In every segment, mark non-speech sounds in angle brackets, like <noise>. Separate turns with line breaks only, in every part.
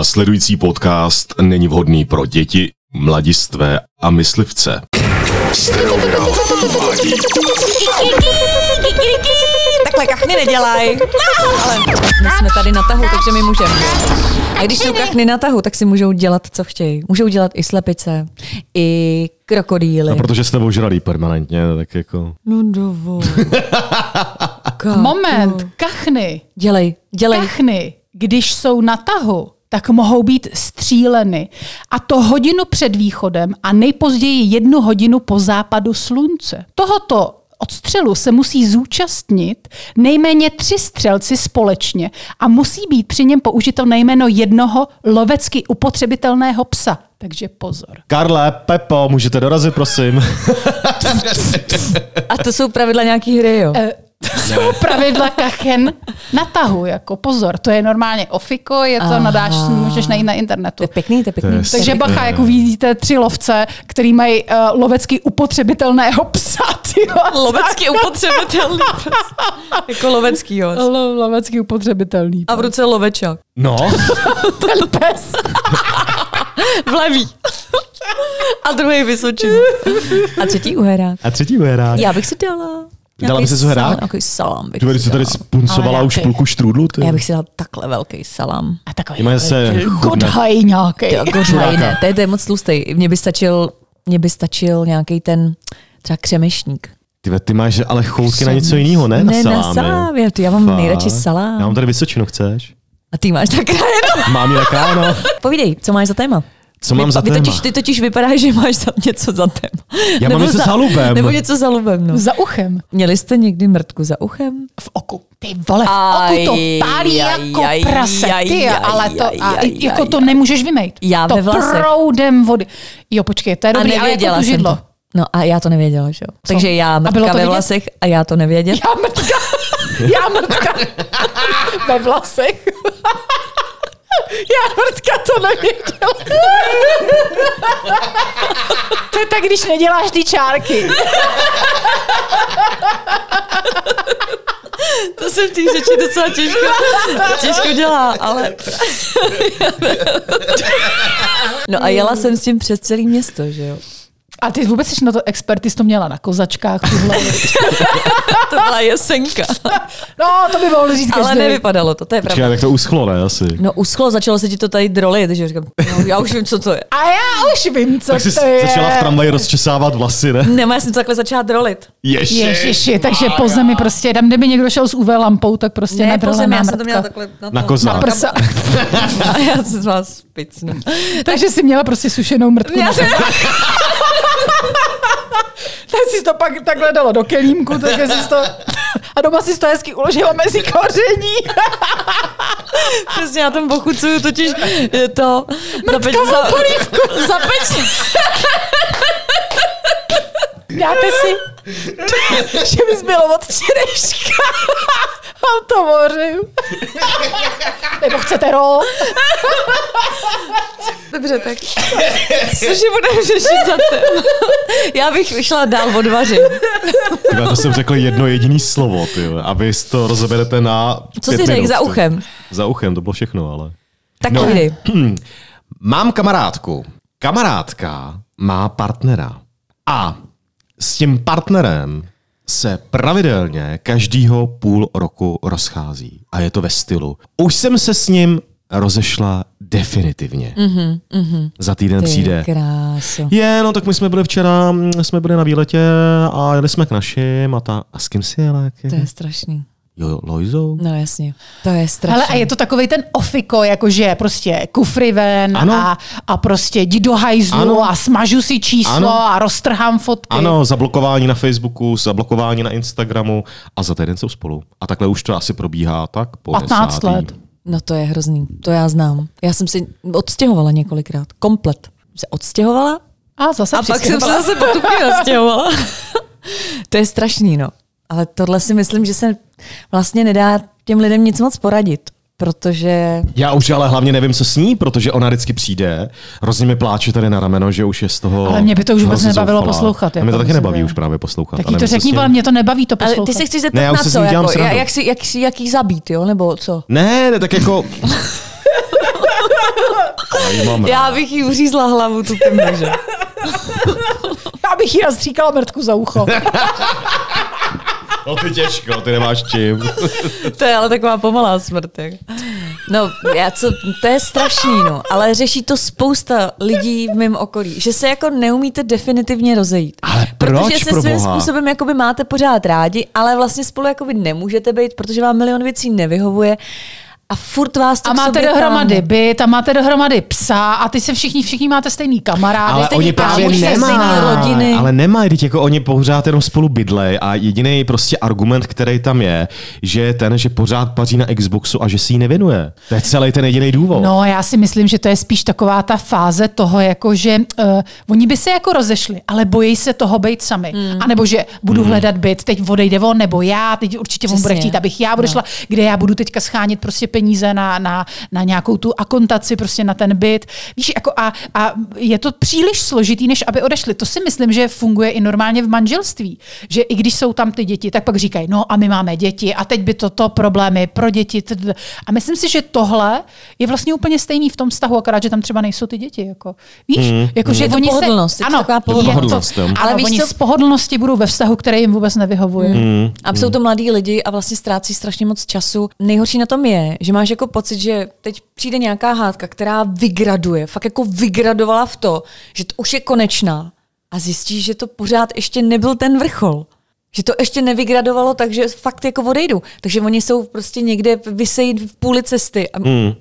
Následující podcast není vhodný pro děti, mladistvé a myslivce.
Takhle kachny nedělaj. Ale my jsme tady na tahu, takže my můžeme. A když jsou kachny na tahu, tak si můžou dělat, co chtějí. Můžou dělat i slepice, i krokodýly.
No, protože jste ožralí permanentně, tak jako...
No <laughs> dovol. Kápo.
Moment, kachny.
Dělej, dělej.
Kachny, když jsou na tahu, tak mohou být stříleny. A to hodinu před východem a nejpozději jednu hodinu po západu slunce. Tohoto odstřelu se musí zúčastnit nejméně tři střelci společně a musí být při něm použito nejméno jednoho lovecky upotřebitelného psa. Takže pozor.
Karle, Pepo, můžete dorazit, prosím.
A to jsou pravidla nějaký hry, jo?
Eh, <laughs> To jsou pravidla kachen na tahu, jako pozor, to je normálně ofiko, je to nadáš, můžeš najít na
To
internetu.
je pekný, to je pekný.
To je
Takže
<laughs>
bacha, jak uvidíte tři lovce, který mají uh, lovecky upotřebitelného psa, tyjo.
Lovecky upotřebitelný. <laughs> jako lovecký, jo.
Lo- Lovecky upotřebitelný.
A v ruce loveča.
No,
ten pes.
Vleví. A druhý vysočin. <laughs> A třetí uherák.
a třetí bude rád.
Já bych si dala...
Dala by
nějaký
si co hrát?
salám, Nějaký salám bych
Ty vole,
si
jsi tady
dala.
spuncovala
Ale
už
jaký?
půlku štrůdlu, ty.
Já bych si dala takhle velký salám.
A takový
Jmenuji se chudne.
godhaj nějaký.
Jako- Gořaj, ne, to je, to je moc tlustý. Mně by stačil, mně by stačil nějaký ten třeba křemešník.
Ty, ve, ty máš ale choutky na něco jiného, ne? na
ne,
salámy.
salámě. Ty, já mám
Fakt?
nejradši salám.
Já mám tady Vysočinu, chceš?
A ty máš tak <laughs> ráno.
Mám ji na kráno.
Povídej, co máš za téma?
Co mám
Vy-
za
vy
téma?
Totiž, ty totiž vypadá, že máš za něco za téma.
Já mám něco za lubem.
Nebo něco za lubem, no.
Za uchem.
Měli jste někdy mrtku za uchem?
V oku. Ty vole, v oku to
Aj,
pálí
aj,
jako
aj,
prase.
aj,
Ty,
aj,
ale to,
aj,
a,
aj,
jako
aj,
to
aj.
nemůžeš vymejt.
Já
to
ve vlasech.
proudem vody. Jo, počkej, to je dobrý,
a
ale jako
nevěděla
tu
jsem
židlo.
to. No a já to nevěděla, že jo. Takže já
A bylo
mrtka
to
ve
vidět?
vlasech a já to nevěděla.
<laughs> Já mrtka. <laughs> Já mrtka. <laughs> Ve vlasech. <laughs> Já mrtka to nevěděla. <laughs> To je tak, když neděláš ty čárky.
To se v té řeči docela těžko, těžko dělá, ale... No a jela jsem s tím přes celý město, že jo.
A ty vůbec jsi na to expert, ty jsi to měla na kozačkách.
<laughs>
Tuhle.
To byla jesenka.
No, to by mohlo říct
Ale
každý.
nevypadalo to, to je pravda.
Počkej, tak to uschlo, ne, asi.
No uschlo, začalo se ti to tady drolit, takže říkám, no, já už vím, co to je.
A já už vím, co
Tak jsi
to je.
začala v tramvaji rozčesávat vlasy, ne?
Ne, já jsem to takhle začala drolit.
Ježiš.
Ježiši, takže po zemi prostě, tam kdyby někdo šel s UV lampou, tak prostě
Ne, po
nadrolená
zemi, já jsem to měla
mrtka.
takhle na,
Na
to-
kozák.
Na prsa.
A <laughs> já jsem to měla spicnu.
Takže jsi měla prostě sušenou mrtku.
Já jsem,
Tak jsi to pak takhle dala do kelímku, takže jsi to... A doma si to hezky uložila mezi koření.
Přesně, já tam pochucuju totiž eh, to... Zapeč, za, zapeč,
Dáte si, že mi zbylo od čereška. A to mořím. Nebo chcete rol?
Dobře, tak. Cože budeme řešit za ten? Já bych šla dál od vaři.
Tyhle, to jsem řekl jedno jediný slovo, ty, vole, a vy si to rozeberete na
Co
pět
jsi řekl
minut,
za
ty.
uchem?
Za uchem, to bylo všechno, ale.
Tak
No.
no. povídej.
Mám kamarádku. Kamarádka má partnera. A s tím partnerem se pravidelně každýho půl roku rozchází. A je to ve stylu. Už jsem se s ním rozešla definitivně. Mm-hmm,
Mhm,
mm-hmm. Za týden přijde.
krásu.
Je, no tak my jsme byli včera, mm, jsme byli na výletě a jeli jsme k našim a ta, a s kým si jela? jak je?
To je strašný.
Jo, jo, Lojzou?
No jasně. To je strašný.
Ale a je to takový ten ofiko, jakože prostě kufry ven
Ano.
a, a prostě jdi do hajzlu
Ano.
a smažu si číslo
Ano.
a roztrhám fotky.
Ano, zablokování na Facebooku, zablokování na Instagramu a za týden jsou spolu. A takhle už to asi probíhá tak po
15
desátý.
let.
No to je hrozný. To já znám. Já jsem si odstěhovala několikrát. Komplet. Se odstěhovala
A zase
a pak jsem se
přestěhovala.
zase postupně nastěhovala. to je strašný, no. Ale tohle si myslím, že se vlastně nedá těm lidem nic moc poradit, protože
Já už ale hlavně nevím, co s ní, protože ona vždycky přijde, hrozně mi pláče tady na rameno, že už je z toho.
Ale mě by to už vůbec
hrozně
nebavilo
zoufalá.
poslouchat,
A mě to
jako
taky
musím
nebaví
říct.
už právě poslouchat.
Tak
a
jí to
nevím, co s
řekni,
ním.
ale mě to nebaví to
Ale
poslouchat.
ty se chceš zeptat
Ne, já už
na
se s
co?
ní dělám
Jako, jak,
srandu.
<laughs>
jak, si, jak, si, jak jí zabít, jo? Nebo co?
Ne, ne, tak jako Já ji mám
Já
rád.
bych jí uřízla hlavu tu kembe, že?
Já bych jí rozstříkala mrtku za ucho.
No ty těžko, ty nemáš čím.
To je ale taková pomalá smrt. Jak. No, já co, to je strašný, no. Ale řeší to spousta lidí v mém okolí. Že se jako neumíte definitivně rozejít.
Ale
Protože
proč,
se
pro
svým
boha?
způsobem jakoby máte pořád rádi, ale vlastně spolu jakoby nemůžete být, protože vám milion věcí nevyhovuje a furt vás
<laughs>
to
A
k
máte
sobě
dohromady
táhne.
byt, a máte dohromady psa, a ty se všichni, všichni máte stejný kamarád,
Ale
stejný
oni právě
kámoše,
nemá.
stejný
nemají.
rodinu.
rodiny.
Ale nemají, teď jako oni pořád jenom spolu bydlej a jediný prostě argument, který tam je, že je ten, že pořád paří na Xboxu a že si ji nevěnuje. To je celý ten jediný důvod.
No, já si myslím, že to je spíš taková ta fáze toho, jako že uh, oni by se jako rozešli, ale bojí se toho být sami. Hmm. A nebo že budu hmm. hledat byt, teď odejde on, nebo já, teď určitě on
Přesně.
bude chtít, abych já odešla, no. kde já budu teďka schánit prostě peníze na, na, na nějakou tu akontaci, prostě na ten byt. Víš, jako a, a je to příliš složitý, než aby odešli. To si myslím, že funguje i normálně v manželství. Že i když jsou tam ty děti, tak pak říkají, no a my máme děti a teď by toto problémy pro děti. td. A myslím si, že tohle je vlastně úplně stejný v tom vztahu, akorát, že tam třeba nejsou ty děti. Jako. Víš, mm, jako, že
Je to
oni
pohodlnost,
se...
je to taková
pohodlnost, jo.
ale
Ale Hmm.
víš,
víš
oni
co?
z pohodlnosti budou ve vztahu, který jim vůbec nevyhovuje. Mm.
A jsou to mladí lidi a vlastně ztrácí strašně moc času. Nejhorší na tom je, že máš jako pocit, že teď přijde nějaká hádka, která vygraduje, fakt jako vygradovala v to, že to už je konečná a zjistíš, že to pořád ještě nebyl ten vrchol. Že to ještě nevygradovalo, takže fakt jako odejdu. Takže oni jsou prostě někde vysejít v půli cesty a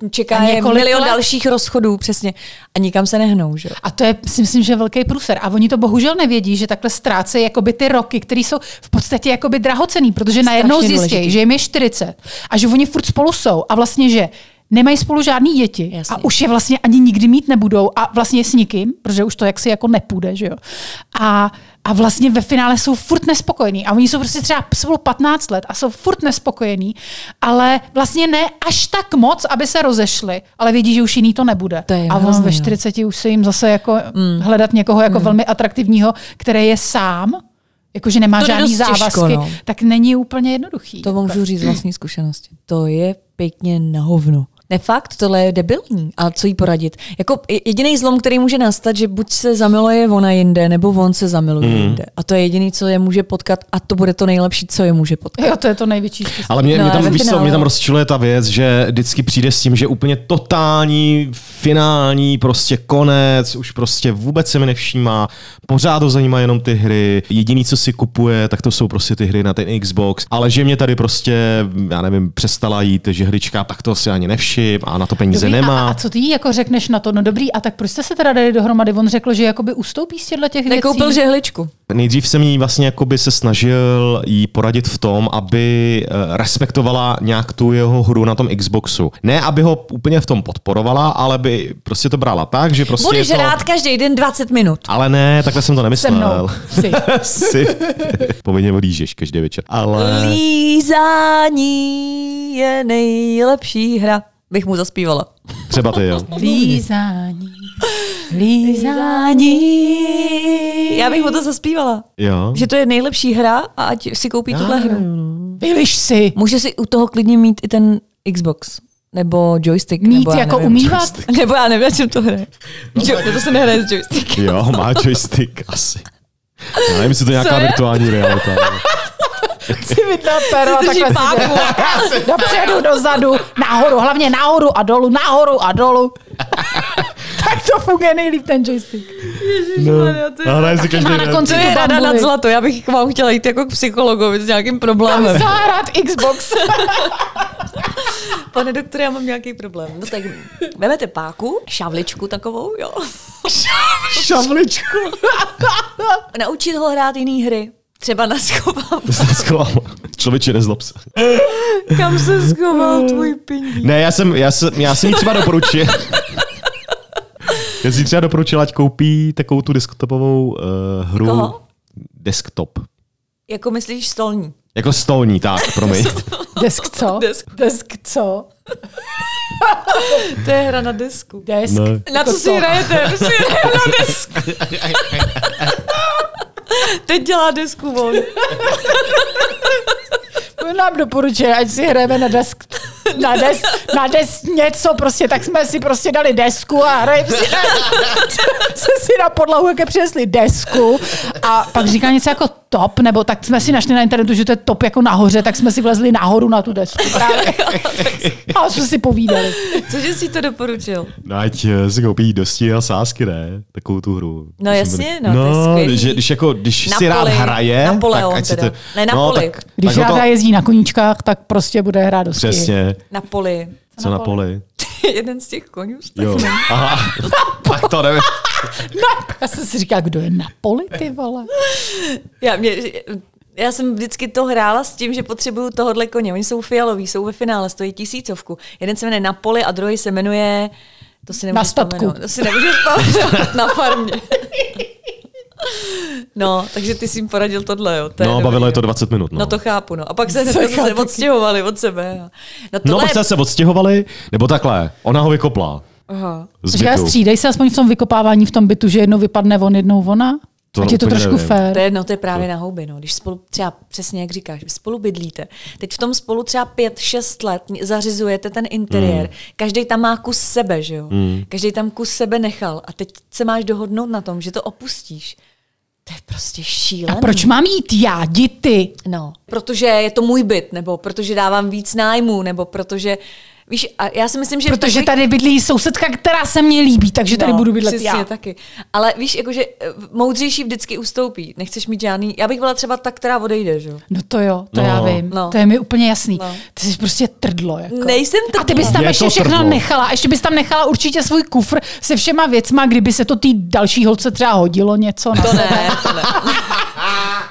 čeká
A
je
několik
milion
let?
dalších rozchodů, přesně. A nikam se nehnou, že? jo?
A to je, si myslím, že velký průser. A oni to bohužel nevědí, že takhle ztrácejí jakoby ty roky, které jsou v podstatě jakoby drahocený, protože najednou zjistějí,
důležitý.
že jim je 40 a že oni furt spolu jsou a vlastně, že nemají spolu žádný děti
Jasně.
a už je vlastně ani nikdy mít nebudou a vlastně s nikým, protože už to jaksi jako nepůjde, že jo. A, a vlastně ve finále jsou furt nespokojení a oni jsou prostě třeba spolu 15 let a jsou furt nespokojení, ale vlastně ne až tak moc, aby se rozešli, ale vědí, že už jiný to nebude.
To je
a on
hrozný,
ve
no.
40 40 už se jim zase jako mm. hledat někoho jako mm. velmi atraktivního, který je sám, jakože nemá
To jde
žádný
dost těžko,
závazky,
no.
tak není úplně jednoduchý.
To můžu říct z vlastní zkušenosti. To je pěkně na hovno. Ne fakt, tohle je debilní. A co jí poradit? Jako jediný zlom, který může nastat, že buď se zamiluje ona jinde, nebo on se zamiluje
Mhm.
mm. jinde. A to je jediný, co je může potkat a to bude to nejlepší, co je může potkat.
Jo, to je to největší štěstí.
Ale mě,
No,
mě,
ale
tam,
ve
víš co,
finále-
mě tam rozčiluje ta věc, že vždycky přijde s tím, že úplně totální, finální, prostě konec, už prostě vůbec se mi nevšímá, pořád ho zajímá jenom ty hry, jediný, co si kupuje, tak to jsou prostě ty hry na ten Xbox, ale že mě tady prostě, já nevím, přestala jít žehlička, tak to si ani nevšim a na to peníze
Dobrý,
nemá.
A, a co ty jí jako řekneš na to? No dobrý, a tak proč jste se teda dali dohromady? On řekl, že jakoby ustoupí z těchto těch
Nekoupil
věcí.
žehličku.
Nejdřív jsem jí vlastně jakoby se snažil jí poradit v tom, aby eh, respektovala nějak tu jeho hru na tom Xboxu. Ne, aby ho úplně v tom podporovala, ale by prostě to brala tak, že prostě
Budeš
je to...
rád každý den 20 minut.
Ale ne, takhle jsem to
Se mnou.
nemyslel.
<laughs>
Si.
<laughs> si povinně lížeš každý večer. Ale...
Lízání je nejlepší hra. Bych mu zaspívala.
Třeba ty, jo.
Lízání. Lízání.
Lízání. Já bych mu to zaspívala.
Jo.
Že to je nejlepší hra a ať si koupí
Já
tuhle hru.
nevím, no.
Vyliš si.
Může si u toho klidně mít i ten Xbox. Nebo joystick.
Mít
nebo já
jako
nevím.
umývat.
<laughs> Nebo já nevím, na čem to hraje. Jo, to se nehraje s <laughs> joystickem.
Jo, má joystick asi. Já nevím, jestli to je nějaká
Co je?
virtuální realita.
si vydá pero a
Drží
takhle si
páku.
jde. Dopředu, dozadu, nahoru, hlavně nahoru a dolů, nahoru a dolů. <laughs> tak to funguje nejlíp ten joystick.
No, ale hraje si každý
má na
den.
konci-
To je rada
bambuly.
nad zlato. Já bych k vám chtěla jít jako k psychologovi s nějakým problémem.
Zahrát Xbox.
Pane doktore, já mám nějaký problém. No tak vemete páku, šavličku takovou, jo.
Šavličku.
Naučit ho hrát jiný hry. Třeba na schovám.
<laughs> Člověče, nezlob se.
Kam se schoval tvůj pindík?
Ne, já jsem, já jsem, já jsem jí třeba
<laughs>
doporučil. já jsem jí třeba doporučil, ať koupí takovou tu desktopovou uh, hru.
Koho?
Desktop.
Jako myslíš stolní?
Jako stolní, tak,
<laughs>
promiň.
Desk co?
Desk.
Desk co?
To je hra na desku.
Desk.
Ne.
Na co si hrajete?
<laughs>
Vy si hrajete na desku. Teď dělá desku on.
On nám doporučuje, ať si hrajeme na desk. na des, na des něco prostě, tak jsme si prostě dali desku a hrajeme si na, <laughs> jsme si na podlahu, jaké přinesli desku a pak říká něco jako top, nebo tak jsme si našli na internetu, že to je top jako nahoře, tak jsme si vlezli nahoru na tu desku právě. A jsme si povídali.
Cože jsi to doporučil?
No ať eh, si koupí dosti a sásky, ne? Takovou tu hru. To
No
jsem
jasně,
byl-
no, to je skvělý.
že, když, jako, když si
Napoli-
rád hraje,
Napoleon
tak ať si
teda.
to...
Ne,
no,
Napoli.
tak,
Když
tak ho
ráda
to,
jezdí na koníčkách, tak prostě bude hrát dosti.
Přesně,
Na poli.
co na poli.
Jeden z těch konů.
Jo. <laughs> Aha, tak to nevím.
No, já jsem si říkala, kdo je na poli, ty vole.
Já, mě, já jsem vždycky to hrála s tím, že potřebuju tohohle koně. Oni jsou fialoví, jsou ve finále, stojí tisícovku. Jeden se jmenuje Napoli a druhý se jmenuje... To si nemůžu
Na statku.
vzpomenout. To si nemůžu vzpomenout <laughs> na farmě. No, takže ty jsi jim poradil tohle, jo. <laughs> To
No,
dobrý.
bavilo je to 20 minut. No,
No to chápu, no. A pak se
<laughs>
hned
Co
zase
chápu?
odstěhovali od sebe. a- No,
no
tohle
pak
je...
jste se odstěhovali, nebo takhle, ona ho vykopla.
Aha.
Z
Říká,
bytu.
střídej se aspoň v tom vykopávání v tom bytu, že jednou vypadne on, jednou ona.
To
To Ať je to
úplně
trošku
nevím.
fér.
To je, no, to je právě na houby, no. Když spolu, třeba přesně jak říkáš, vy spolu bydlíte. Teď v tom spolu třeba pět, šest let zařizujete ten interiér.
Hmm.
Mm. Každý tam má kus sebe, že jo? Mm. Každý tam kus sebe nechal. A teď se máš dohodnout na tom, že to opustíš. To je prostě
A
šílené.
proč mám jít já, diti?
No, protože je to můj byt, nebo protože dávám víc nájmu, nebo protože... Víš, a já si myslím, že...
Protože
takový-
tady bydlí sousedka, která se mně líbí, takže tady budu bydlet
No, přesně
já.
taky. Ale víš, jakože eh, moudřejší vždycky ustoupí. Nechceš mít žádný... Já bych byla třeba ta, která odejde, že jo?
No to jo, to
No.
já vím.
No.
To je mi úplně jasný.
No.
Ty jsi prostě trdlo. Jako.
Nejsem
A ty bys tam
Je
ještě
to
všechno
trdlo.
nechala. Ještě bys tam nechala určitě svůj kufr se všema věcma, kdyby se to té další holce třeba hodilo něco. Na
To
sebe.
ne, to ne.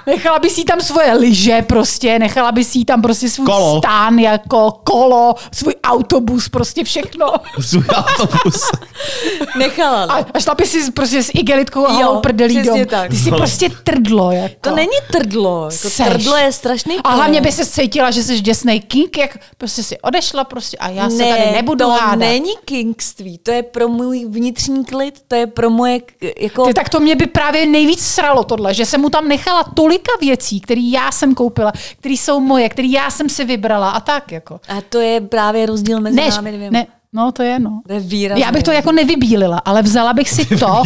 Nechala bys jí tam svoje lyže prostě, nechala bys jí tam prostě svůj
Kolo.
stán jako kolo, svůj autobus, prostě všechno.
Svůj <laughs> autobus.
<laughs> Nechala.
A,
no.
a šla by si prostě s igelitkou a
Jo,
holou prdelí
přesně
dom.
tak.
Ty jsi
No.
prostě trdlo. Jako.
To není trdlo. Jako
Seš.
trdlo je strašný.
A
pojem.
hlavně by se cítila, že jsi děsnej kink, jak prostě si odešla prostě a já se
ne,
tady nebudu
to
hádat.
není kingství, to je pro můj vnitřní klid, to je pro moje, k- jako...
Ty, tak to mě by právě nejvíc sralo tohle, že jsem mu tam nechala tolika věcí, které já jsem koupila, které jsou moje, které já jsem si vybrala a tak jako.
A to je právě rozdíl mezi
Než,
námi dvěma.
ne, no to je no.
To je výrazný.
Já bych to jako nevybílila, ale vzala bych si to.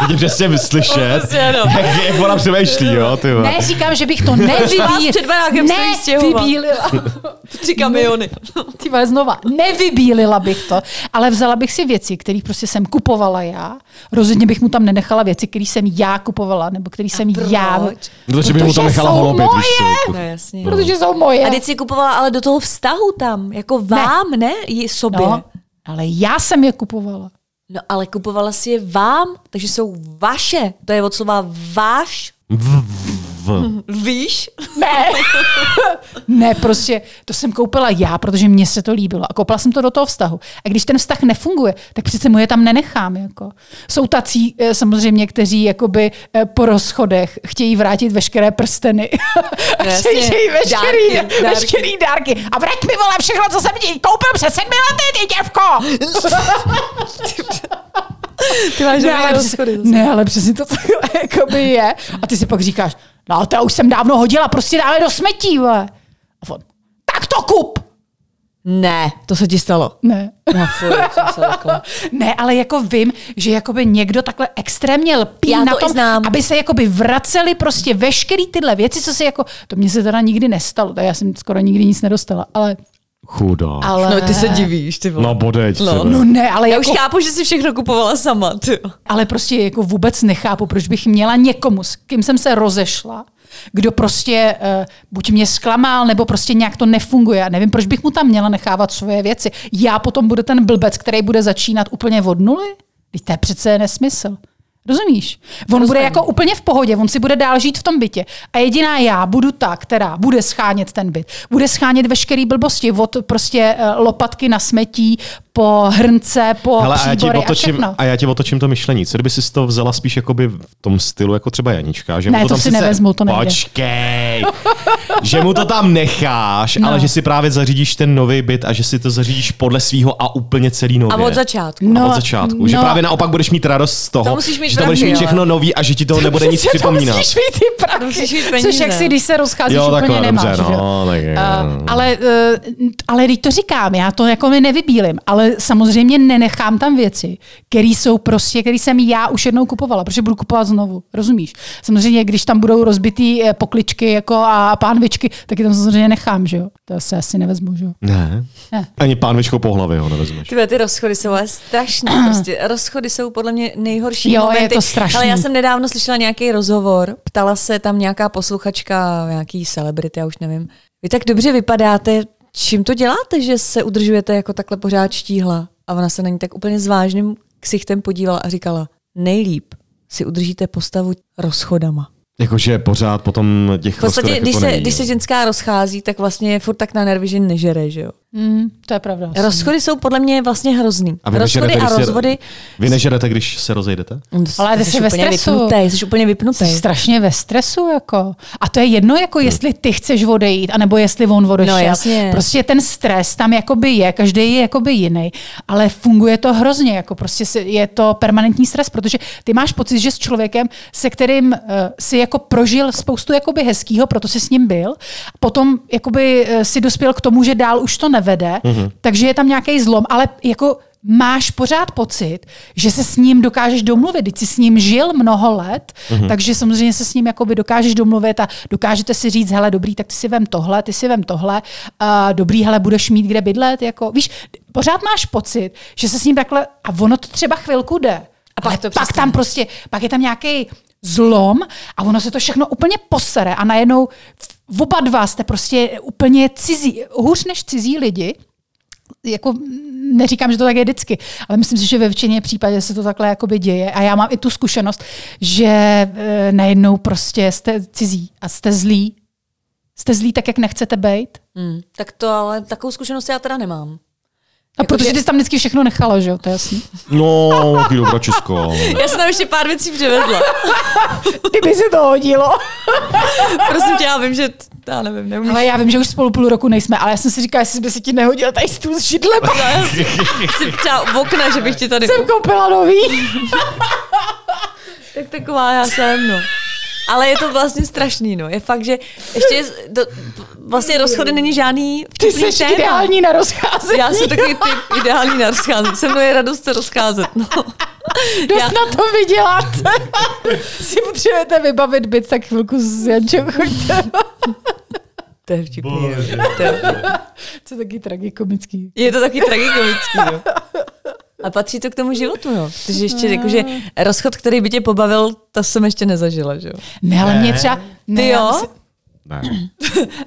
Vidím, že jsem slyšet,
Prostě ano.
jak, jak ona přemýšlí, jo, ty vole.
Ne, říkám, že bych to
Vás před barákem se vystěhovat.
nevybílila.
Tři <laughs> kamiony.
Ty vole, znova, nevybílila bych to, ale vzala bych si věci, které prostě jsem kupovala já. Rozhodně bych mu tam nenechala věci, které jsem já kupovala, nebo které jsem
proč?
já.
No, že by mu to nechala
jsou
holobit,
moje,
víš co, jako.
No jasně.
Protože jsou moje.
A teď si kupovala ale do toho vztahu tam, jako vám, ne? Je sobě.
no,
No.
ale já jsem je kupovala.
no ale kupovala si je vám, takže jsou vaše. To je od slova váš,
V.
víš?
Ne. <laughs> ne, prostě to jsem koupila já, protože mně se to líbilo. A koupila jsem to do toho vztahu. A když ten vztah nefunguje, tak přece mu je tam nenechám. Jako. Jsou tací eh, samozřejmě, kteří jakoby eh, po rozchodech chtějí vrátit veškeré prsteny. <laughs> a
Jasně,
chtějí chtějí veškerý,
dárky,
No, dárky,
dárky.
veškerý dárky. A vrať mi, vole, všechno, co jsem ti koupil před sedmi lety, ty děvko!
Ty máš
ne, ale přesně, ne, ale přesně to takhle <laughs> jakoby je. A ty si pak říkáš, no to já už jsem dávno hodila, prostě dáme do smetí, vole. A on, tak to kup!
Ne, to se ti stalo.
Ne.
No, fuj, jak jsem se lekla.
Ne, ale jako vím, že jakoby někdo takhle extrémně lpí
Já
na
to i
tom,
znám.
aby se jakoby vraceli prostě veškerý tyhle věci, co se jako, to mně se teda nikdy nestalo, tak já jsem skoro nikdy nic nedostala, ale,
Chudá.
ale...
No, ty se divíš, ty vole.
No bodeď,
No.
no.
No ne, ale
Já
jako,
už chápu, že jsi všechno kupovala sama, ty. jo.
ale prostě jako vůbec nechápu, proč bych měla někomu, s kým jsem se rozešla, kdo prostě uh, buď mě zklamal, nebo prostě nějak to nefunguje. Já nevím, proč bych mu tam měla nechávat svoje věci. Já potom bude ten blbec, který bude začínat úplně od nuly? Teď to je přece nesmysl. Rozumíš? On bude jako úplně v pohodě, on si bude dál žít v tom bytě. A jediná já budu ta, která bude schánět ten byt. Bude schánět veškerý blbosti od prostě eh, lopatky na smetí po hrnce, po
Hele, a já, ti
příbory a,
otočím,
všechno.
a já ti otočím to myšlení. Co kdyby si to vzala spíš jakoby v tom stylu, jako třeba Janička? Že
Ne,
mu to
to
tam
si
sice-
nevezmu, to nejde.
Počkej! že mu to tam necháš, no. ale že si právě zařídíš ten nový byt a že si to zařídíš podle svýho a úplně celý nově.
A od začátku.
No,
No,
od začátku. No, že
no.
právě naopak budeš mít radost z toho,
To musíš mít
že to budeš
pravdu,
mít
jo.
všechno nový a že ti toho nebude nic
Přece to
připomínat.
Musíš mít ty
Musíš
prachy,
mít peníze.
což jak si, když se rozcházíš,
Jo,
úplně
takhle,
nemáš.
dobře,
že jo?
no, tak jo.
Eh, ale, eh, ale teď to říkám, já to jako mi nevybílim, ale samozřejmě nenechám tam věci, které jsou prostě, které jsem já už jednou kupovala, protože budu kupovat znovu, rozumíš? Samozřejmě, když tam budou rozbitý eh, pokličky jako a pánvičky, tak je tam samozřejmě nechám, že jo? To se asi nevezmu, že jo?
Ne.
Ne.
Ani pánvičkou po hlavě ho nevezmeš.
Ty, vole, ty rozchody jsou
<clears throat>
ale strašné. Prostě. Rozchody jsou podle mě nejhorší
Jo, je
momenty.
to strašný.
Ale já jsem nedávno slyšela nějaký rozhovor, ptala se tam nějaká posluchačka, nějaký celebrity, já už nevím. Vy tak dobře vypadáte, čím to děláte, že se udržujete jako takhle pořád štíhla? A ona se na ní tak úplně s vážným ksichtem podívala a říkala, nejlíp si udržíte postavu rozchodama.
Jakože pořád potom těch
V podstatě,
rozchodech
když
jako
se,
není,
když
no.
se ženská rozchází, tak vlastně je furt tak na nervy, že nežere, že jo?
Mm, to je pravda.
Rozchody jsou podle mě vlastně hrozný.
A vy
rozchody
nežerete,
a
když se-
rozvody
Vy nežerete, když se rozejdete?
Ale
ty
jsi ve
úplně
stresu.
vypnutý, jsi úplně
Jsi
vypnutý.
strašně ve stresu. Jako. A to je jedno, jako jestli ty chceš odejít, anebo jestli on odešel.
No, jasně.
Prostě ten stres tam jakoby je, každý je jakoby jiný, ale funguje to hrozně. Jako prostě si- je to permanentní stres, protože ty máš pocit, že s člověkem, se kterým uh, si jako prožil spoustu jakoby hezkýho, proto si s ním byl, potom jakoby uh, si dospěl k tomu, že dál už to nevede, takže je tam nějaký zlom, ale jako máš pořád pocit, že se s ním dokážeš domluvit. Teď jsi s ním žil mnoho let, mm-hmm. takže samozřejmě se s ním jakoby dokážeš domluvit a dokážete si říct, hele, dobrý, tak ty si vem tohle, ty si vem tohle, a dobrý, hele, budeš mít kde bydlet. Jako, víš, pořád máš pocit, že se s ním takhle, a ono to třeba chvilku jde. A
pak
pak,
to
to pak
přestane.
tam prostě, pak je tam nějaký zlom a ono se to všechno úplně posere a najednou v- oba dva jste prostě úplně cizí, hůř než cizí lidi, jako mm, neříkám, že to tak je vždycky, ale myslím si, že ve většině případě se to takhle jakoby děje. A já mám i tu zkušenost, že e, najednou prostě jste cizí a jste zlí. Jste zlí tak, jak nechcete být.
Hmm. Tak to ale takovou zkušenost já teda nemám.
No,
Jako,
protože
že-
ty jsi tam vždycky všechno nechala, že jo, to je jasný.
No, taky dobrá Česko.
<laughs> <laughs> Já jsem tam ještě pár věcí přivezla.
<laughs> Kdyby se to hodilo.
Prosím tě, já vím, že t- já
<laughs>
nevím, neumíš.
Ale já vím, že už spolu půl roku nejsme, ale já jsem si říkala, jestli by se ti nehodil tady stůl s <laughs> židlem.
No, já si, si třeba v okna, že bych ti tady...
jsem koupila nový.
Tak taková já jsem, no. Ale je to vlastně strašný, no. Je fakt, že ještě je, z- do, vlastně rozchody není žádný
Ty
vtipný
jsi
téma.
ideální na rozcházení.
Já jsem takový typ ideální na rozcházení. Se mnou je radost se rozcházet, no.
Dost
Já-
na to vyděláte. <laughs> si potřebujete vybavit byt, tak chvilku s Jančou choďte.
To je vtipný. jo. To je,
Co taky tragikomický.
Je to taky tragikomický, jo. A patří to k tomu životu, jo. Protože ještě jakože rozchod, který by tě pobavil, to jsem ještě nezažila, že jo.
Ne, ale mě třeba... Ne,
Ty
já
jo?
myslím-
Ne.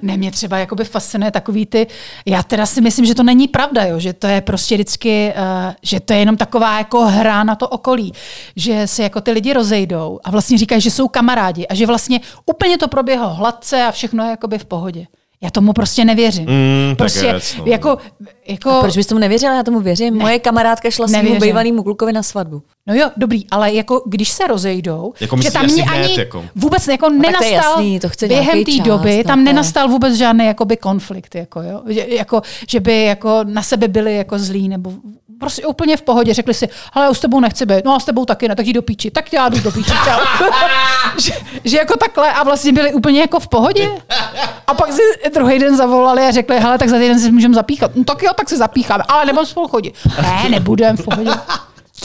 Ne, mě třeba jakoby fascinuje takový ty... Já teda si myslím, že to není pravda, jo, že to je prostě vždycky, uh, že to je jenom taková jako hra na to okolí, že se jako ty lidi rozejdou a vlastně říkají, že jsou kamarádi a že vlastně úplně to proběhlo hladce a všechno je jakoby v pohodě. Já tomu prostě nevěřím.
Mm, tak
prostě
jest, no.
jako, jako...
Proč bys tomu nevěřila? Já tomu věřím. Moje kamarádka šla svým
Nevěřím.
bývalýmu klukovi na svatbu.
No jo, dobrý, ale jako když se rozejdou,
Jako
že
myslíš
tam
asi
mě
hned,
ani
jako.
vůbec jako
to je
nenastal,
jasný, to chce
během
nějaký
té
čas,
doby
no to
tam
je-
nenastal vůbec žádný jakoby konflikt, jako, jo? Že, jako, že by jako na sebe byli jako zlí, nebo prostě úplně v pohodě, řekli si, hele, já už s tebou nechci být, no a s tebou taky ne, tak jdi do píči, tak já jdu do píči, čau.
<laughs>
<laughs> že, že, jako takhle a vlastně byli úplně jako v pohodě. A pak si druhý den zavolali a řekli, hele, tak za týden si můžeme zapíchat. No tak jo, tak se zapícháme, ale nebudeme spolu chodit. Ne, nebudem v pohodě. <laughs>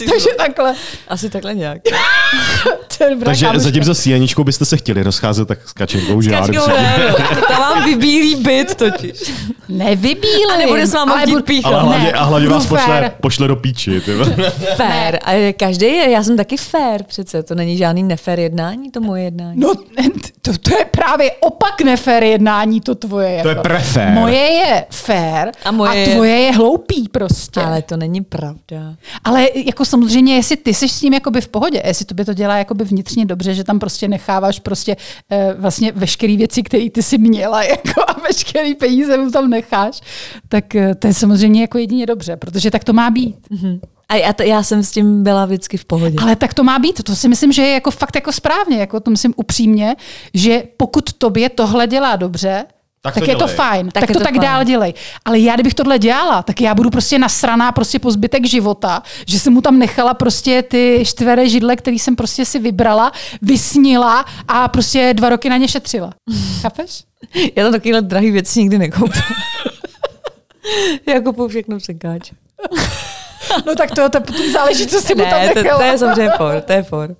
Takže takhle.
Asi takhle nějak.
To je dobrá
Takže
kámoška.
zatímco s Janičkou byste se chtěli rozcházet, tak s Kačenkou, že já
Kačkou,
dobře.
ne, no. Ta vám vybílí byt totiž.
Nevybílím.
A nebude s váma
ale
chtít
budu-
píchat.
Ale hlavně,
Ne,
a hlavně vás
budu
pošle,
fér.
pošle do píči. Ty. vole.
Fér. A každý je, já jsem taky fér přece. To není žádný nefér jednání, to moje jednání.
No, to, to je právě opak nefér jednání, to tvoje. Jako.
To je prefér.
Moje je fér
A moje
a
je-
tvoje je hloupý prostě.
Ale to není pravda.
Ale jako samozřejmě, jestli ty jsi s ním jakoby v pohodě, jestli tobě to dělá jakoby jakoby vnitřně dobře, že tam prostě necháváš prostě eh, vlastně veškeré věci, které ty si měla <laughs> jako a veškeré peníze mu tam necháš, tak eh, to je samozřejmě jako jedině dobře, protože tak to má být.
A já, t- já jsem s tím byla vždycky v pohodě.
Ale tak to má být. To si myslím, že je jako fakt jako správně, jako to myslím upřímně, že pokud tobě tohle dělá dobře,
Tak
tak,
to
tak je to
dělej.
fajn,
Tak
tak,
je
tak to
to
tak
fajn.
dál dělej. Ale já, kdybych tohle dělala, tak já budu prostě nasraná prostě po zbytek života, že jsem mu tam nechala prostě ty štveré židle, který jsem prostě si vybrala, vysnila a prostě dva roky na ně
<laughs>
šetřila. Chápeš?
Já tam takovýhle drahý věci nikdy nekoupila. <laughs> já kupuju všechno překáč.
No tak to, to, to záleží, co si mu tam
Ne, to,
nechala.
to, je samozřejmě for, to je for.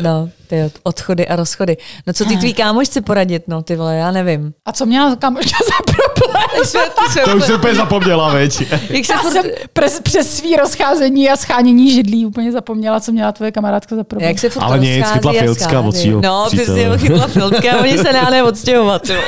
No, ty jo, odchody a rozchody. No
<sighs>
co ty tvý kámošce poradit, no ty vole,
<laughs>
já nevím.
A co měla kamoška za problém?
Tak jsme, tak jsme,
To už jsem úplně zapomněla, veď.
jak se
Já
furt,
jsem přes, přes svý rozcházení a schánění židlí úplně zapomněla, co měla tvoje kamarádka za problém.
jak se furt
Ale nic,
rozchází
chytla
a
Filcka
schází.
od svýho
No,
přítele. No,
přesně, chytla
<laughs>
filcka a oni se náhle odstěhovat. jo.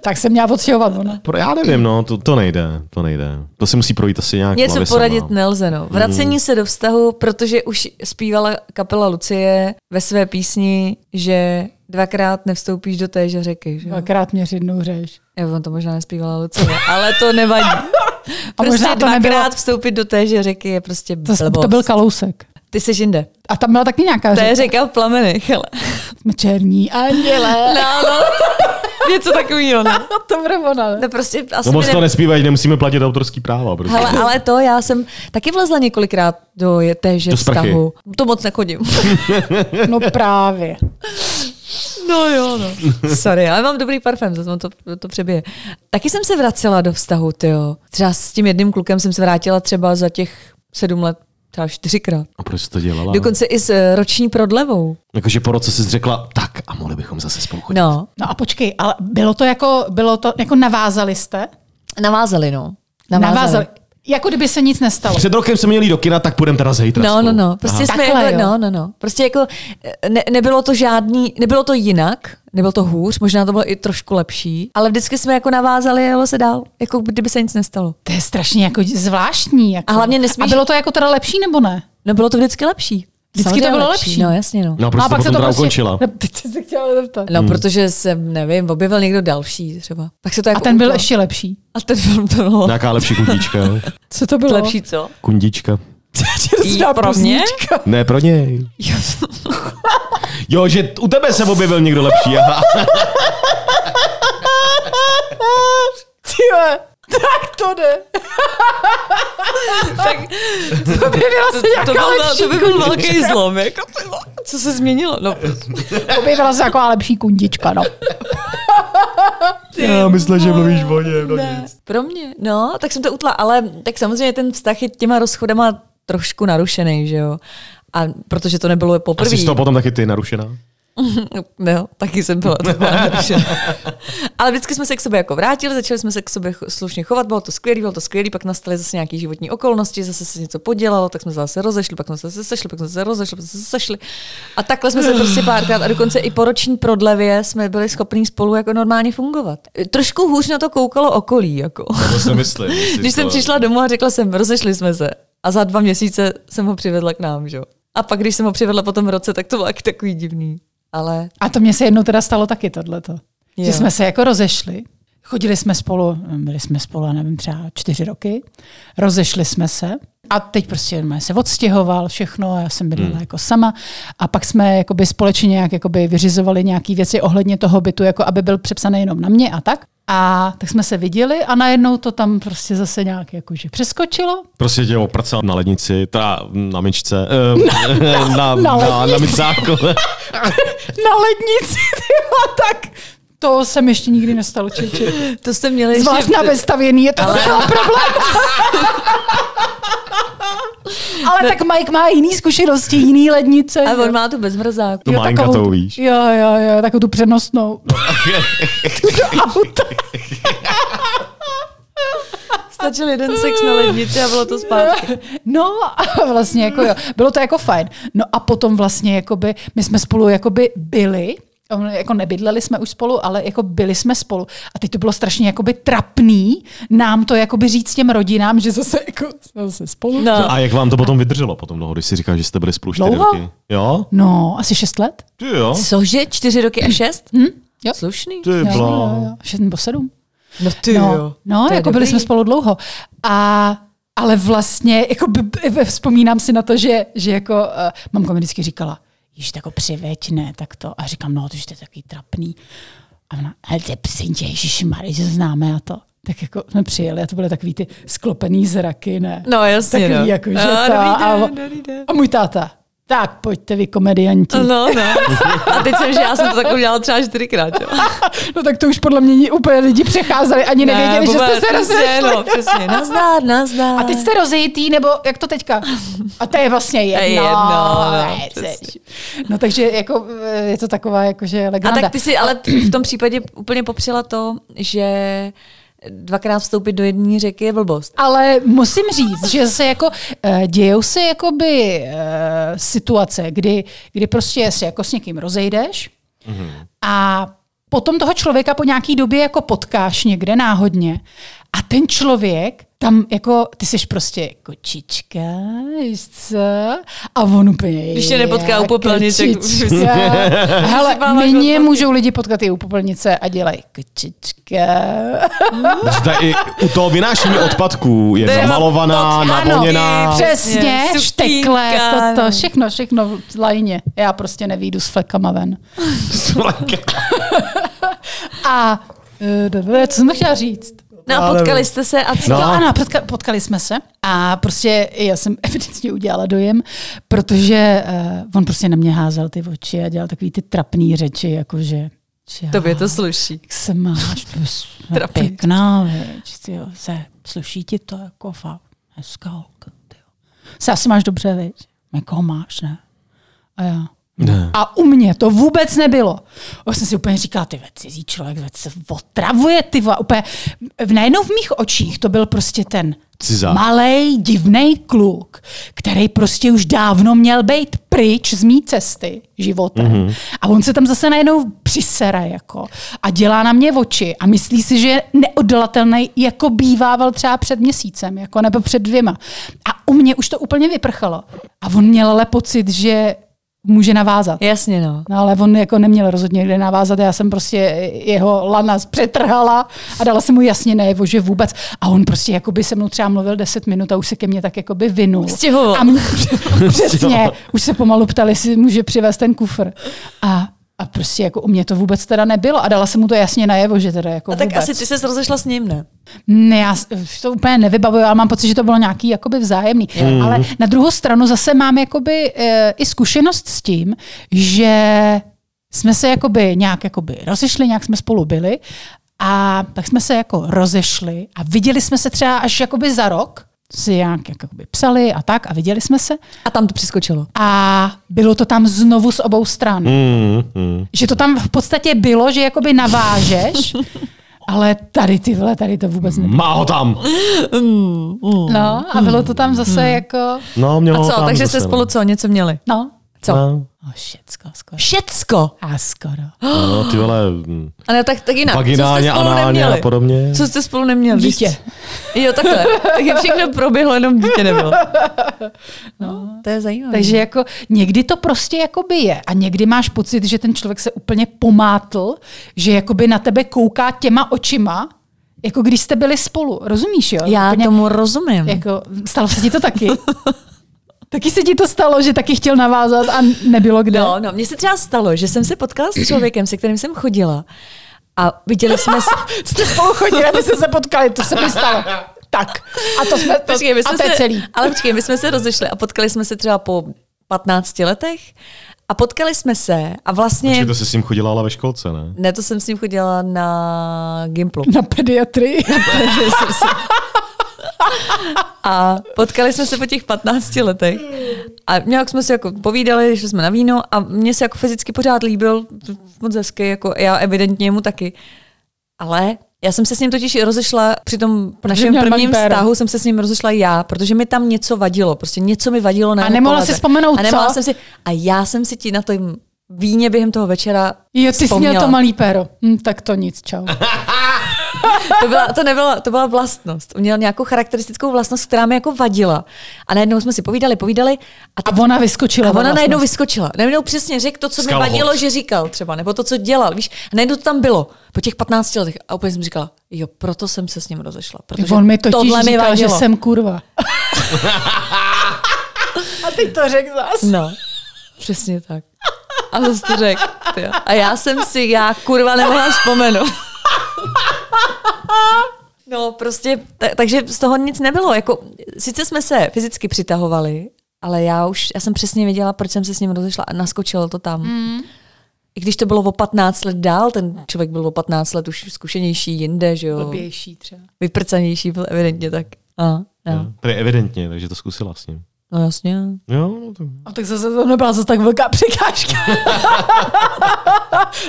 Tak se měla odstěhovat ona.
Pro- Já nevím, no, to, to nejde, to nejde. To si musí projít asi nějak
<laughs> Něco
hlavě
poradit
sama.
nelze, no. Vracení se do vztahu, protože už zpívala kapela Lucie ve své písni, že dvakrát nevstoupíš do téže řeky. Že? jo?
Dvakrát mě řidnou řeš.
Já on to možná nespívala Lucie, ale to <laughs> nevadí.
A
Prostě
možná to
dvakrát
nebylo-
vstoupit do téže řeky je prostě
To,
blbost.
to byl kalousek.
Ty jsi jinde.
A tam byla taky nějaká
To je
řeč.
řeka v plamenech, hele.
Jsme černí
<laughs>
anděle.
No, no. Něco takového, no.
to bude ona. ne?
To prostě asi
No
mi
moc to nespívají, nemusíme platit autorský práva. Prostě.
Hele, ale to já jsem taky vlezla několikrát do je- téže
Do sprchy.
vztahu. To moc nechodím.
No právě.
<laughs> No jo, no. <laughs> Sorry, ale mám dobrý parfém, zase to, to přebije. Taky jsem se vracela do vztahu, jo. Třeba s tím jedným klukem jsem se vrátila třeba za těch sedm let, třeba čtyřikrát.
A proč jsi to dělala?
Dokonce i s eh, roční prodlevou.
Jakože po roce jsi řekla, tak a mohli bychom zase spolu chodit.
No,
No a počkej, ale bylo to jako, bylo to, jako navázali jste?
navázali, no.
Jako kdyby se nic nestalo.
Před rokem jsme měli do kina, tak půjdeme teda zítra.
No, no,
spolu.
no. Prostě
Aha.
jsme
Takhle,
jako,
jo.
no, no, no. Prostě jako eh, ne, nebylo to žádný, nebylo to jinak, nebylo to hůř, možná to bylo i trošku lepší, ale vždycky jsme jako navázali a jelo se dál, jako kdyby se nic nestalo.
To je strašně jako zvláštní. Jako.
A hlavně nesmíš-
a bylo to jako teda lepší nebo ne?
No bylo to vždycky lepší.
Vždycky to bylo lepší.
No jasně, no. No,
No, proč
No
jsi to potom teda ukončila?
No, <laughs> teď jsem se chtěla zeptat.
no protože se, nevím, objevil někdo další třeba. Tak se to jako
A ten byl
udělalo.
ještě lepší.
A ten byl, to bylo
Nějaká lepší kundička. jo?
Co to bylo?
<laughs> lepší, co?
kundička.
Čerstvá
Pro mě?
poznička.
Ne, pro něj. Jo, že t- u tebe se objevil někdo lepší. Aha.
<laughs> Tyhle, tak to jde.
Tak
To by byla se nějaká
to, byl,
lepší
to by byl
kundička.
velký zlom. Jako, ty vole, co se změnilo? No,
Objevila se taková lepší kundička, no.
Já myslím, že mluvíš o něm. No nic.
pro mě, no, tak jsem to utla, ale tak samozřejmě ten vztah je těma rozchodama trošku narušený, že jo. A protože to nebylo
Asi
poprvé.
jsi to potom taky ty narušená?
<laughs> No, taky jsem byla taková narušená. <laughs> Ale vždycky jsme se k sobě jako vrátili, začali jsme se k sobě ch- slušně chovat, bylo to skvělé, bylo to skvělé, pak nastaly zase nějaké životní okolnosti, zase se něco podělalo, tak jsme se zase rozešli, pak jsme se zase sešli, pak jsme se zase rozešli, pak jsme se zase sešli. A takhle jsme se prostě párkrát a dokonce i po roční prodlevě jsme byli schopní spolu jako normálně fungovat. Trošku hůř na to koukalo okolí, jako.
To se myslím.
Když jsem přišla domů a řekla jsem, rozešli jsme se. A za dva měsíce jsem ho přivedla k nám, že jo. A pak, když jsem ho přivedla po tom roce, tak to bylo taky takový divný. Ale
A to mně se jednou teda stalo taky tohleto.
Jo.
Že jsme se jako rozešli. Chodili jsme spolu, byli jsme spolu, já nevím, třeba čtyři roky. Rozešli jsme se. A teď prostě jenom se odstěhoval všechno, já jsem bydlela jako sama. A pak jsme jakoby společně nějak jakoby vyřizovali nějaké věci ohledně toho bytu, jako aby byl přepsaný jenom na mě a tak. A tak jsme se viděli a najednou to tam prostě zase nějak jakože přeskočilo.
Prostě tě oprcal na lednici, teda na myčce, eh, <laughs> na, na,
na
na, na
lednici.
mycáku.
<laughs>
<laughs>
Na lednici, tyma, tak to jsem ještě nikdy nestalo, či, či.
To jste měli
Zvlášť
ještě...
na vestavěný je to ale... problém. ale tak Mike má jiný zkušenosti, jiný lednice.
A on
jo.
má tu bezmrzáku.
To
Jo,
Malinka
takovou
to No,
tu-
víš.
Jo, jo, jo, takovou tu přenosnou. <laughs> Do auta.
Stačil jeden sex na lednici a bylo to zpátky.
No a vlastně jako jo, bylo to jako fajn. No a potom vlastně jakoby, my jsme spolu jakoby byli On- jako nebydleli jsme už spolu, ale jako byli jsme spolu. A teď to bylo strašně jakoby trapný nám to jakoby říct těm rodinám, že zase jako jsme zase spolu.
No.
A jak vám to potom vydrželo potom dlouho, když si říkal, že jste byli spolu čtyři
Dlouho?
roky? Jo?
No, asi šest let?
Ty jo?
Cože? Čtyři roky a šest?
Hm? Jo.
Slušný.
Ty
Jo, jo,
blá.
jo. Šest nebo sedm.
No ty
No, no
To je
jako byli
dobrý.
jsme spolu dlouho. A ale vlastně, jako b- b- vzpomínám si na to, že, že jako uh, mamka mi vždycky říkala, již jako přiveď, ne, tak to. A říkám, no, to že to je takový trapný. A ona, hele, to je prosím tě, ježišmarja, že známe a to. Tak jako jsme přijeli a to byly takový ty sklopený zraky, ne?
No jasně,
Takový
no.
jako, že
No,
ta,
dobrý
a,
den, dobrý den.
a můj táta, tak pojďte vy komedianti.
No, no. A teď jsem, že já jsem to tak udělala třeba čtyřikrát, jo.
No tak to už podle mě úplně lidi přecházeli, ani nevěděli, že
vůbec,
jste se
přesně,
rozešli.
No, přesně. Nazdár, nazdár.
A teď jste rozejitý, nebo jak to teďka? A to je vlastně jedno.
je jedno, no,
Ne,
přesně.
se- no takže jako, eh, je to taková jakože
A
legenda.
tak ty si ale t- v tom případě úplně popřela to, že dvakrát vstoupit do jedné řeky je blbost.
Ale musím říct, že se jako eh, dějou se jakoby eh, situace, kdy, kdy prostě se jako s někým rozejdeš a potom toho člověka po nějaký době jako potkáš někde náhodně a ten člověk tam jako, ty jsi prostě kočička, víš co? A on úplně
Když tě nepotká u
"Já,
popelnice, jak-
kočička."
<laughs>
Hele,
Připadla
mě
žloutky.
můžou lidi potkat i u popelnice a dělají jako, kočička.
Takže ta i u toho vynášení odpadků je
To je
namalovaná,
odpadky,
navoněná.
přes-
Přesně,
Přesně,
štekle,
sukínka,
toto,
no.
všechno, všechno v lajně. Já prostě nevýjdu s flekama ven.
<laughs>
A eh, dobré, co jsem to chtěla říct?
No a potkali jste se a co?
No.
No. Ano, potka, potkali jsme se a prostě já jsem <laughs> evidentně udělala dojem, protože uh, on prostě na mě házel ty oči a dělal takový ty trapný řeči, jako jakože čau,
Tobě to sluší.
jak se máš, to je
Trapný.
pěkná, věč, ty jo, se, sluší ti to jako fakt hezká holka, ty jo. Se asi máš dobře, viď? Jako máš, ne? A já,
Ne.
a u mě to vůbec nebylo. Já jsem si úplně říkala, ty ve, cizí člověk ve, se otravuje, ty vole, úplně. V, najednou v mých očích to byl prostě ten
Cizák.
malej, divný kluk, který prostě už dávno měl být pryč z mý cesty životem. Mm-hmm. A on se tam zase najednou přisere jako a dělá na mě oči a myslí si, že je neodolatelný, jako bývával třeba před měsícem jako nebo před dvěma. A u mě už to úplně vyprchalo. A on měl ale pocit, že může navázat.
Jasně, no.
No ale on jako neměl rozhodně kde navázat, já jsem prostě jeho lana přetrhala a dala jsem mu jasně najevo, že vůbec. A on prostě jako by se mnou třeba mluvil 10 minut a už se ke mně tak jako by vinul.
Stěhoval. <laughs>
<laughs> A mě, přesně, už se pomalu ptali, jestli může přivést ten kufr. A, a prostě jako u mě to vůbec teda nebylo a dala jsem mu to jasně najevo, že teda jako
A tak
vůbec.
asi ty se rozešla s ním, ne?
Ne, já s- už to úplně nevybavuju, ale mám pocit, že to bylo nějaký jakoby vzájemný. Mm. Ale na druhou stranu zase mám jakoby, e, i zkušenost s tím, že jsme se jakoby nějak jakoby rozešli, nějak jsme spolu byli a tak jsme se jako rozešli a viděli jsme se třeba až jakoby za rok, si nějak jakoby psali a tak a viděli jsme se
A tam to přeskočilo.
a bylo to tam znovu z obou stran.
Mm, mm.
Že to tam v podstatě bylo, že jakoby navážeš, ale tady ty vole, tady to vůbec nebylo.
Má ho tam.
No
Mm.
a bylo to tam zase jako,
No, mělo
A
ho
co?
tam
Takže jste
zase, no.
spolu co? Něco měli?
no.
Co?
No,
O, všecko, skoro.
Všecko.
A skoro.
no, ty
<gasps>
vole, mm,
A ne, tak, tak jinak.
vaginálně,
co jste spolu
análně
neměli?
a podobně.
Co jste spolu neměli?
Dítě. <laughs>
Jo, takhle. Takže všechno proběhlo, jenom dítě nebylo. No, to je zajímavé.
Takže jako někdy to prostě jakoby je a někdy máš pocit, že ten člověk se úplně pomátl, že jakoby na tebe kouká těma očima, jako když jste byli spolu, rozumíš jo?
já
Úplně
tomu rozumím.
Jako, stalo se ti to taky? <laughs> taky se ti to stalo, že taky chtěl navázat a nebylo kde?
No, no, mně se třeba stalo, že jsem se potkala s člověkem, se kterým jsem chodila a viděli jsme se...
Jste spolu chodili, abyste se potkali, to se mi stalo. Tak. A to jsme, to,
<laughs> Počkej, my
a
jsme
to je
se,
celý.
Ale počkej, my jsme se rozešli a potkali jsme se třeba po 15 letech a potkali jsme se a vlastně...
Počkej, to se s ním chodila ale ve školce, ne?
Ne, to jsem s ním chodila na Gimplu.
Na pediatrii.
<laughs> A potkali jsme se po těch 15 letech. A nějak jsme si jako povídali, šli jsme na víno a mně se jako fyzicky pořád líbil, moc hezky, jako já evidentně mu taky. Ale já jsem se s ním totiž rozešla při tom našem
měl malý
prvním
péro.
vztahu, jsem se s ním rozešla já, protože mi tam něco vadilo, prostě něco mi vadilo na
A
jeho
nemohla
povaze.
si vzpomenout,
a nemohla
co?
jsem si, a já jsem si ti na tom víně během toho večera
Jo, ty jsi
vzpomněla.
měl to malý péro. Hm, tak to nic, čau.
To byla, to nebyla, to byla vlastnost. Měl nějakou charakteristickou vlastnost, která mi jako vadila. A najednou jsme si povídali, povídali a,
A ona vyskočila.
a ona
vlastně.
najednou vyskočila. Najednou přesně řekl to, co mi
Skalhot.
vadilo, že říkal třeba, nebo to, co dělal. Víš, a najednou to tam bylo po těch 15 letech. A úplně jsem říkala, jo, proto jsem se s ním rozešla. Protože
On mi totiž
tohle mi
říkal, že
vadilo.
jsem
<laughs>
kurva. A teď to řekl zas.
No, přesně tak. A zase to řekl. ty jo. A já jsem si, já kurva nemohla vzpomenout. No, prostě, ta- takže z toho nic nebylo. Jako, sice jsme se fyzicky přitahovali, ale já už, já jsem přesně věděla, proč jsem se s ním rozešla a naskočilo to tam. Mm. I když to bylo o 15 let dál, ten člověk byl o 15 let už zkušenější jinde, že jo.
Blbější třeba.
Vyprcanější byl evidentně tak. A, no.
Tedy evidentně, takže to zkusila s ním.
no jasně.
Jo, no to...
A tak zase to nebyla zase tak velká překážka. <laughs>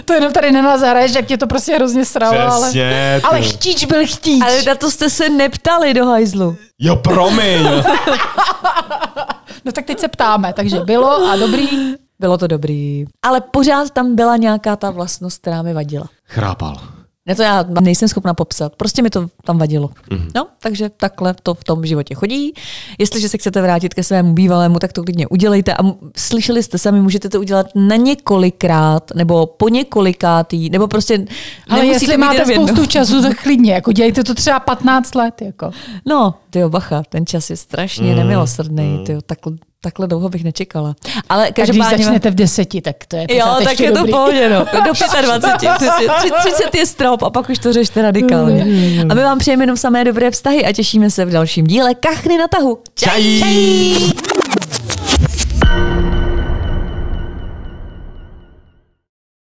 to jenom tady na nás hraješ, jak tě to prostě hrozně sralo, ale...
Přesně, ty.
Ale chtíč byl chtíč.
Ale na to jste se neptali do hajzlu.
Jo, promiň.
No tak teď se ptáme, takže bylo a
<laughs>
dobrý.
Bylo to dobrý. Ale pořád tam byla nějaká ta vlastnost, která mi vadila.
Chrápal.
Ne to já nejsem schopna popsat. Prostě mi to tam vadilo. No, takže takhle to v tom životě chodí. Jestliže se chcete vrátit ke svému bývalému, tak to klidně udělejte. A m- slyšeli jste sami, můžete to udělat na několikrát, nebo po několikátý, nebo prostě
Ale
nemusí to
jestli
být
máte
jenom jednou.
spoustu času, tak klidně, jako dělejte to třeba 15 let, jako.
No, ty jo, bacha, ten čas je strašně mm. nemilosrdný, ty jo, takhle, takhle dlouho bych nečekala. Ale
Takže když
každopádně...
začnete v deseti, tak to je
Jo,
pořád
tak
ještě
je to
dobrý. <laughs>
pohodě, no. Do 25, 30, 30 je strop a pak už to řešte radikálně.
Mm.
A my vám přejeme jenom samé dobré vztahy a těšíme se v dalším díle Kachny na tahu.
Čají!